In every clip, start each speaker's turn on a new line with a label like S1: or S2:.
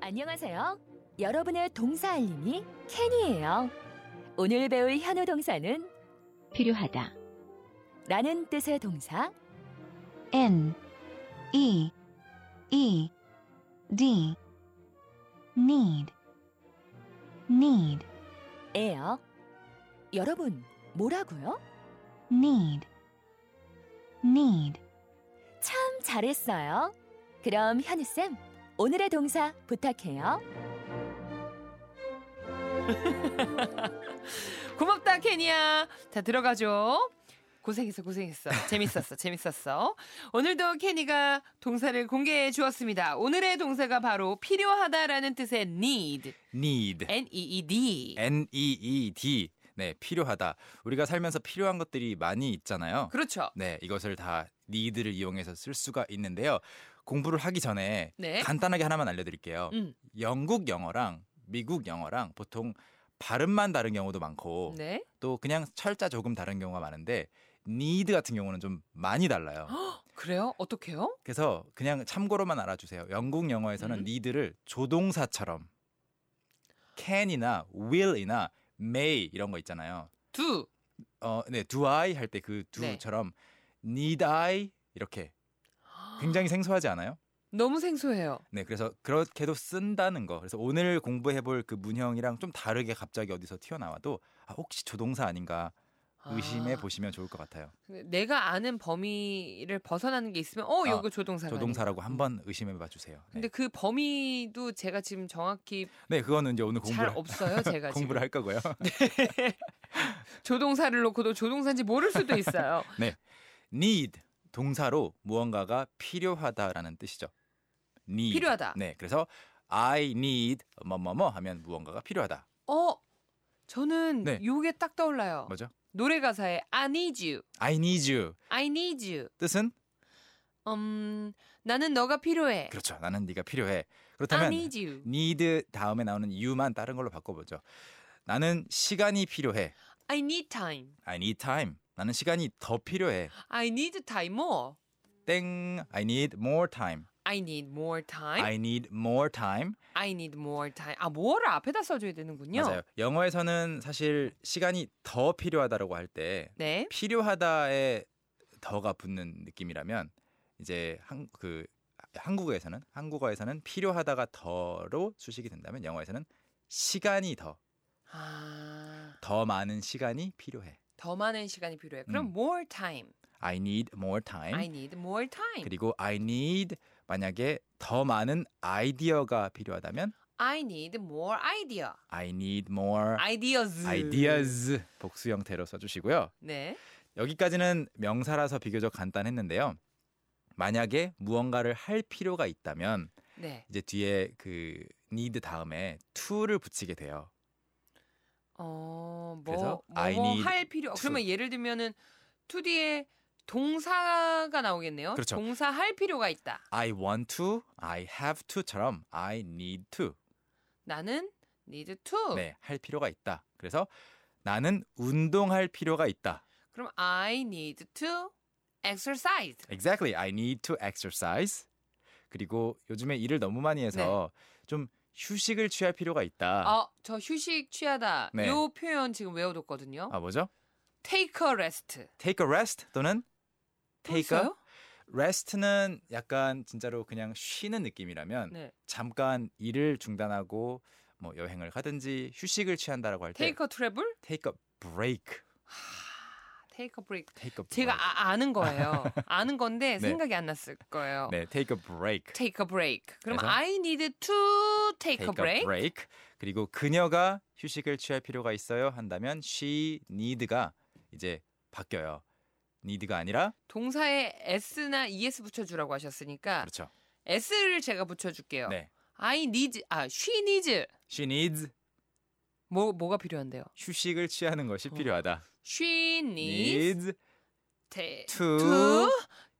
S1: 안녕하세요. 여러분의 동사 알림이 캔이에요. 오늘 배울 현우 동사는
S2: 필요하다.
S1: 라는 뜻의 동사
S2: N E E D need need
S1: 에요. 여러분, 뭐라고요?
S2: need need
S1: 참 잘했어요. 그럼 현우쌤, 오늘의 동사 부탁해요.
S3: 고맙다 케니야. 자 들어가죠. 고생했어 고생했어. 재밌었어 재밌었어. 오늘도 케니가 동사를 공개해 주었습니다. 오늘의 동사가 바로 필요하다라는 뜻의 need, E
S4: need,
S3: n-e-e-d.
S4: N-E-E-D. 네, 필요하다. 우리가 살면서 필요한 것들이 많이 있잖아요.
S3: 그렇죠.
S4: 네, 이것을 다 need를 이용해서 쓸 수가 있는데요. 공부를 하기 전에
S3: 네.
S4: 간단하게 하나만 알려드릴게요.
S3: 음.
S4: 영국 영어랑 미국 영어랑 보통 발음만 다른 경우도 많고
S3: 네.
S4: 또 그냥 철자 조금 다른 경우가 많은데 need 같은 경우는 좀 많이 달라요.
S3: 아, 그래요? 어떻게요?
S4: 그래서 그냥 참고로만 알아주세요. 영국 영어에서는
S3: 음.
S4: need를 조동사처럼 can이나 will이나 may 이런 거 있잖아요.
S3: do.
S4: 어, 네, do I 할 때 그
S3: 네.
S4: do처럼 need I 이렇게 굉장히 생소하지 않아요?
S3: 너무 생소해요.
S4: 네, 그래서 그렇게도 쓴다는 거. 그래서 오늘 공부해볼 그 문형이랑 좀 다르게 갑자기 어디서 튀어나와도 아, 혹시 조동사 아닌가 의심해
S3: 아,
S4: 보시면 좋을 것 같아요.
S3: 내가 아는 범위를 벗어나는 게 있으면 어, 요거 조동사.
S4: 아, 조동사라고 한번 의심해 봐주세요. 네.
S3: 음. 근데 그 범위도 제가 지금 정확히
S4: 네, 그거는 이제 오늘
S3: 잘
S4: 공부를
S3: 없어요, 제가 지금.
S4: 공부를 할 거고요.
S3: 조동사를 놓고도 조동사인지 모를 수도 있어요.
S4: need 동사로 무언가가 필요하다라는 뜻이죠. need.
S3: 필요하다.
S4: 네, 그래서 I need 뭐뭐뭐 하면 무언가가 필요하다.
S3: 어, 저는
S4: 네.
S3: 요게 딱 떠올라요.
S4: 뭐죠?
S3: 노래 가사에 I need you,
S4: I need you
S3: I need you.
S4: 뜻은
S3: 음, 나는 너가 필요해.
S4: 그렇죠. 나는 네가 필요해.
S3: I
S4: 그렇다면
S3: need you.
S4: need 다음에 나오는 you만 다른 걸로 바꿔보죠. 나는 시간이 필요해.
S3: I need time.
S4: I need time. 나는 시간이 더 필요해.
S3: I need time more.
S4: 땡. I need more time.
S3: I need more time. I,
S4: I need more time.
S3: need more time. 아, more를 앞에다 써줘야 되는군요.
S4: 맞아요. 영어에서는 사실 시간이 더 필요하다라고 할때
S3: 네.
S4: 필요하다에 더가 붙는 느낌이라면 이제 한, 그 한국어에서는 한국어에서는 필요하다가 더로 수식이 된다면 영어에서는 시간이 더 더
S3: 아,
S4: 많은 시간이 필요해.
S3: 더 많은 시간이 필요해. 그럼
S4: 음.
S3: more time.
S4: I need more time.
S3: I need more time.
S4: 그리고 I need 만약에 더 많은 아이디어가 필요하다면
S3: I need more idea.
S4: I need more
S3: 아, Ideas.
S4: ideas 복수 형태로 써주시고요.
S3: 네.
S4: 여기까지는 명사라서 비교적 간단했는데요. 만약에 무언가를 할 필요가 있다면
S3: 네.
S4: 이제 뒤에 그 need 다음에 to를 붙이게 돼요.
S3: 어,
S4: 그래서
S3: 뭐,
S4: I need
S3: 뭐할 필요.
S4: to.
S3: 그러면 예를 들면은 to 뒤에 동사가 나오겠네요.
S4: 그렇죠.
S3: 동사 할 필요가 있다.
S4: I want to, I have to처럼 I need to.
S3: 나는 need to.
S4: 네, 할 필요가 있다. 그래서 나는 운동할 필요가 있다.
S3: 그럼 I need to exercise.
S4: Exactly. I need to exercise. 그리고 요즘에 일을 너무 많이 해서
S3: 네.
S4: 좀 휴식을 취할 필요가 있다.
S3: 어, 저 휴식 취하다.
S4: 아. 네.
S3: 요 표현 지금 외워뒀거든요.
S4: 아, 뭐죠?
S3: Take a rest.
S4: take a rest 또는
S3: 또
S4: take a
S3: 있어요?
S4: rest는 약간 진짜로 그냥 쉬는 느낌이라면
S3: 네.
S4: 잠깐 일을 중단하고 뭐 여행을 가든지 휴식을 취한다라고 할 때
S3: Take a travel.
S4: take a break,
S3: Take a break.
S4: take a break.
S3: 제가 아, 아는 거예요. 아는 건데
S4: 네.
S3: 생각이 안 났을 거예요.
S4: 네, take a break.
S3: 아- Take a break. 그럼
S4: 그래서
S3: I need to take, a break.
S4: 그리고 그녀가 휴식을 취할 필요가 있어요 한다면 she need가 이제 바뀌어요. need가 아니라
S3: 동사에 s나 es 붙여주라고 하셨으니까
S4: 그렇죠.
S3: s를 제가 붙여줄게요.
S4: 네,
S3: I need, 아 she needs
S4: she needs
S3: 뭐 뭐가 필요한데요?
S4: 휴식을 취하는 것이
S3: 어.
S4: 필요하다.
S3: She needs,
S4: needs
S3: ta-
S4: to
S3: to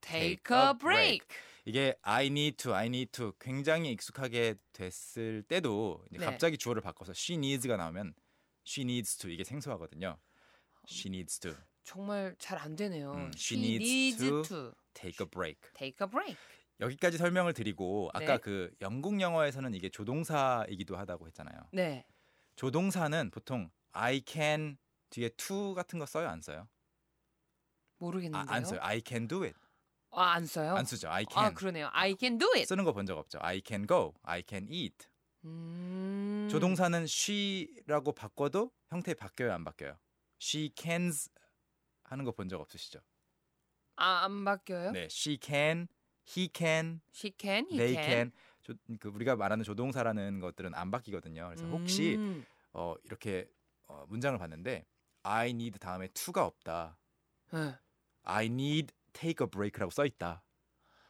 S3: take a break.
S4: 이게 I need to, I need to 굉장히 익숙하게 됐을 때도 이제
S3: 네.
S4: 갑자기 주어를 바꿔서 she needs가 나오면 she needs to 이게 생소하거든요. she needs to
S3: 정말 잘 안 되네요.
S4: 음,
S3: she, needs, to,
S4: take a break.
S3: take a break.
S4: 여기까지 설명을 드리고 아까
S3: 네.
S4: 그 영국 영어에서는 이게 조동사이기도 하다고 했잖아요.
S3: 네.
S4: 조동사는 보통 I can 뒤에 to 같은 거 써요 안 써요? 아,
S3: 모르겠는데요.
S4: 안 써요. I can do it.
S3: 아, 안 써요?
S4: 안 쓰죠. I
S3: 아,
S4: can. 아,
S3: 그러네요. I can do it.
S4: 쓰는 거 본 적 없죠. I can go. I can eat.
S3: 음.
S4: 조동사는 she라고 바꿔도 형태 바뀌어요 안 바뀌어요? She cans 하는 거 본 적 없으시죠?
S3: 아, 안 바뀌어요?
S4: 네, she can, he can,
S3: She can, he
S4: they
S3: can.
S4: can. 조, 그 우리가 말하는 조동사라는 것들은 안 바뀌거든요. 그래서 혹시
S3: 음.
S4: 어, 이렇게 어, 문장을 봤는데 I need 다음에 to가 없다.
S3: 네.
S4: I need take a break라고 써 있다.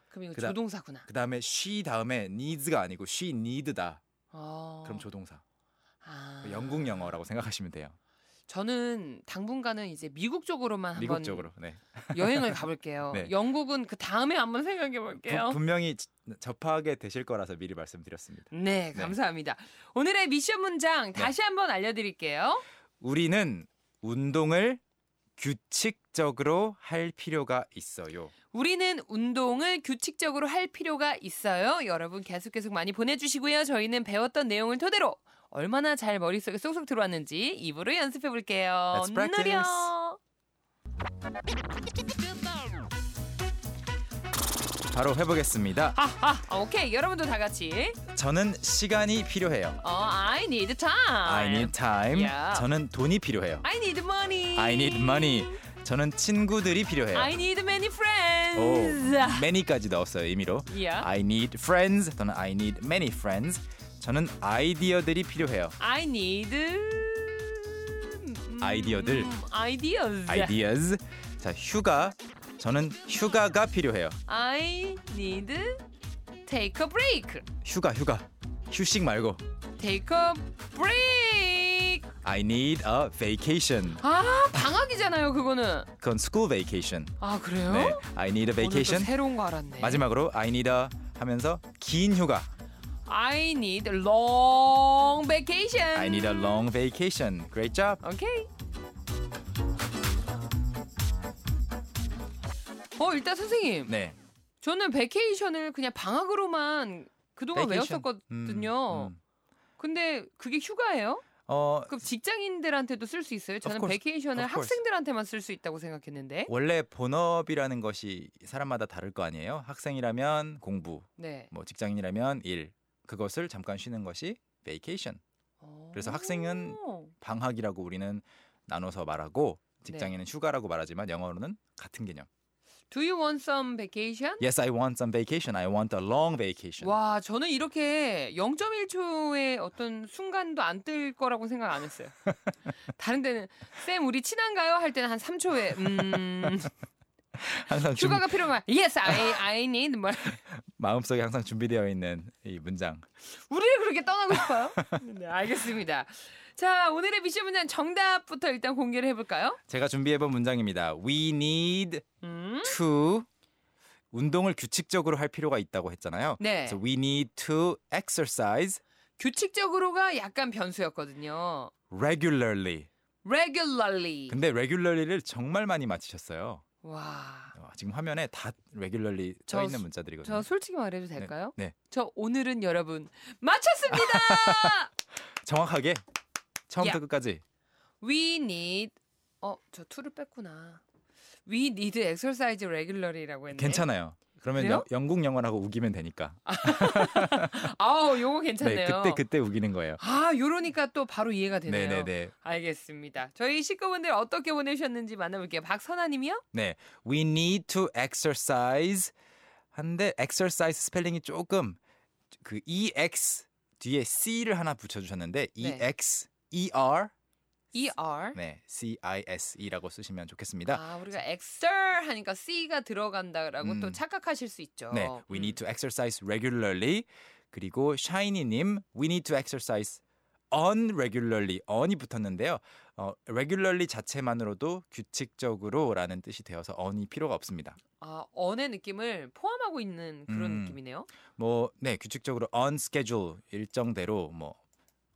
S3: 그럼 이거
S4: 그다-
S3: 조동사구나.
S4: 그 다음에 she 다음에 needs가 아니고 she need다.
S3: 어.
S4: 그럼 조동사. 그
S3: 아.
S4: 영국 영어라고 생각하시면 돼요.
S3: 저는 당분간은 이제 미국 쪽으로만 한번
S4: 미국 쪽으로. 네.
S3: 여행을 가볼게요.
S4: 네.
S3: 영국은 그 다음에 한번 생각해 볼게요.
S4: 부- 분명히 지- 접하게 되실 거라서 미리 말씀드렸습니다.
S3: 네, 감사합니다. 오늘의 미션
S4: 네.
S3: 문장 다시 한번 알려드릴게요.
S4: 우리는 운동을 규칙적으로 할 필요가 있어요.
S3: 우리는 운동을 규칙적으로 할 필요가 있어요. 여러분 계속 계속 많이 보내주시고요. 저희는 배웠던 내용을 토대로 얼마나 잘 머릿속에 쏙쏙 들어왔는지 입으로 연습해 볼게요.
S4: Let's practice.
S3: 노려.
S4: 바로 해보겠습니다.
S3: 아, 오케이, 여러분도 다 같이.
S4: 저는 시간이 필요해요.
S3: 어, I need time.
S4: I need time.
S3: Yeah.
S4: 저는 돈이 필요해요.
S3: I need money.
S4: I need money. 저는 친구들이 필요해요.
S3: I need many
S4: 오, 아.
S3: friends.
S4: many까지 넣었어요 임의로.
S3: Yeah.
S4: I need friends 또는 I need many friends. 저는 아이디어들이 필요해요.
S3: I need 음,
S4: 아이디어들.
S3: 아이디어즈.
S4: Ideas. 자 휴가. 저는 휴가가 필요해요.
S3: I need take a break.
S4: 휴가 휴가. 휴식 말고.
S3: Take a break.
S4: I need a vacation.
S3: 아 방학이잖아요 그거는.
S4: 그건 school vacation.
S3: 아 그래요?
S4: 네. I need
S3: 오늘 또
S4: a vacation.
S3: 새로운 거 알았네.
S4: 마지막으로 I need a 하면서 긴 휴가.
S3: I need long vacation.
S4: I need a long vacation. Great job.
S3: 오케이. 어 일단 선생님
S4: 네.
S3: 저는 베케이션을 그냥 방학으로만 그동안
S4: vacation.
S3: 외웠었거든요.
S4: 음, 음.
S3: 근데 그게 휴가예요?
S4: 어
S3: 그럼 직장인들한테도 쓸 수 있어요? 저는
S4: course.
S3: 베케이션을
S4: Of course.
S3: 학생들한테만 쓸 수 있다고 생각했는데.
S4: 원래 본업이라는 것이 사람마다 다를 거 아니에요. 학생이라면 공부,
S3: 네.
S4: 뭐 직장인이라면 일. 그것을 잠깐 쉬는 것이 vacation. 그래서 학생은
S3: 오.
S4: 방학이라고 우리는 나눠서 말하고
S3: 네.
S4: 직장인은 휴가라고 말하지만 영어로는 같은 개념.
S3: Do you want some vacation?
S4: Yes, I want some vacation. I want a long vacation.
S3: 와, 저는 이렇게 0.1초의 어떤 순간도 안 뜰 거라고 생각 안 했어요. 다른 데는 쌤 우리 친한가요? 할 때는 한 3초에 음,
S4: 항상 준-
S3: 휴가가 필요한 Yes, I I need 뭐
S4: 마음속에 항상 준비되어 있는 이 문장.
S3: 우리를 그렇게 떠나고 싶어요? 네, 알겠습니다. 자, 오늘의 미션 문장 정답부터 일단 공개를 해볼까요?
S4: 제가 준비해본 문장입니다. We need
S3: 음,
S4: to 운동을 규칙적으로 할 필요가 있다고 했잖아요.
S3: 네.
S4: 그래서 we need to exercise
S3: 규칙적으로가 약간 변수였거든요.
S4: regularly.
S3: Regularly.
S4: 근데 regularly를 정말 많이 맞히셨어요.
S3: 와,
S4: 와, 지금 화면에 다 regularly
S3: 저
S4: 쳐 있는
S3: 수-
S4: 문자들이거든요.
S3: 저 솔직히 말해도 될까요?
S4: 네, 네.
S3: 저 오늘은 여러분 맞췄습니다.
S4: 정확하게 처음부터
S3: 야.
S4: 끝까지
S3: We need 어저 투를 뺐구나. We need exercise regularly라고 했네.
S4: 괜찮아요. 그러면
S3: 그래요?
S4: 영- 영국 영어라고 우기면 되니까. 네,
S3: 아우 요거 괜찮네요.
S4: 그때 그때 우기는 거예요.
S3: 아 요러니까 또 바로 이해가 되네요.
S4: 네, 네, 네.
S3: 알겠습니다. 저희 식구분들 어떻게 보내셨는지 만나볼게요. 박선아님이요?
S4: 네, we need to exercise. 한데 exercise 스펠링이 조금 그 ex 뒤에 c를 하나 붙여주셨는데 E
S3: 네.
S4: ex er
S3: ER.
S4: 네 c i s e라고 쓰시면 좋겠습니다.
S3: 아 우리가 엑셀 하니까 C가 들어간다라고
S4: 음.
S3: 또 착각하실 수 있죠. 음.
S4: 네, we need to exercise regularly. 그리고 샤이니님, we need to exercise on regularly. on이 붙었는데요. 어, regularly 자체만으로도 규칙적으로라는 뜻이 되어서 on이 필요가 없습니다.
S3: 아 언의 느낌을 포함하고 있는 그런
S4: 음.
S3: 느낌이네요.
S4: 뭐 네 규칙적으로 on schedule 일정대로 뭐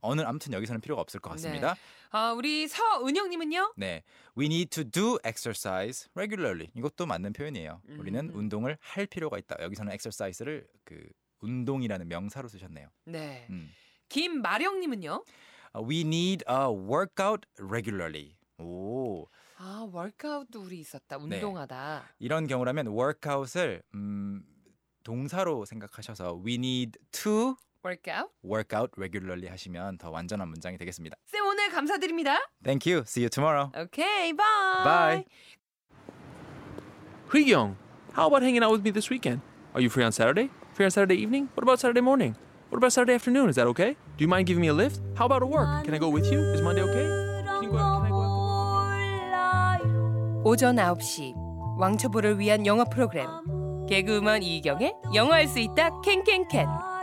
S4: 오늘 아무튼 여기서는 필요가 없을 것 같습니다.
S3: 아, 우리 서은영님은요?
S4: 네. We need to do exercise regularly. 이것도 맞는 표현이에요. 우리는
S3: 음.
S4: 운동을 할 필요가 있다. 여기서는 exercise를 그 운동이라는 명사로 쓰셨네요.
S3: 네.
S4: 음.
S3: 김마령님은요?
S4: 아, We need a workout regularly. 오.
S3: 아, 월크아웃도 우리 있었다.
S4: 네.
S3: 운동하다.
S4: 이런 경우라면 workout을 음, 동사로 생각하셔서 we need to
S3: 월크아웃?
S4: workout regularly 하시면 더 완전한 문장이 되겠습니다.
S3: 쌤 오늘 감사드립니다.
S4: Thank you. See you tomorrow.
S3: 오케이, 바이.
S4: Bye.
S5: Young, how about hanging out with me this weekend? Are you free on Saturday? Free on Saturday evening? What about Saturday morning? What about Saturday afternoon? Is that okay? Do you mind giving me a lift? How about at work? Can I go with you? Is Monday okay? Can you go out? Can I go out?
S3: 오전 9시 왕초보를 위한 영어 프로그램 개그우먼 이경의 영어할 수 있다 캔캔캔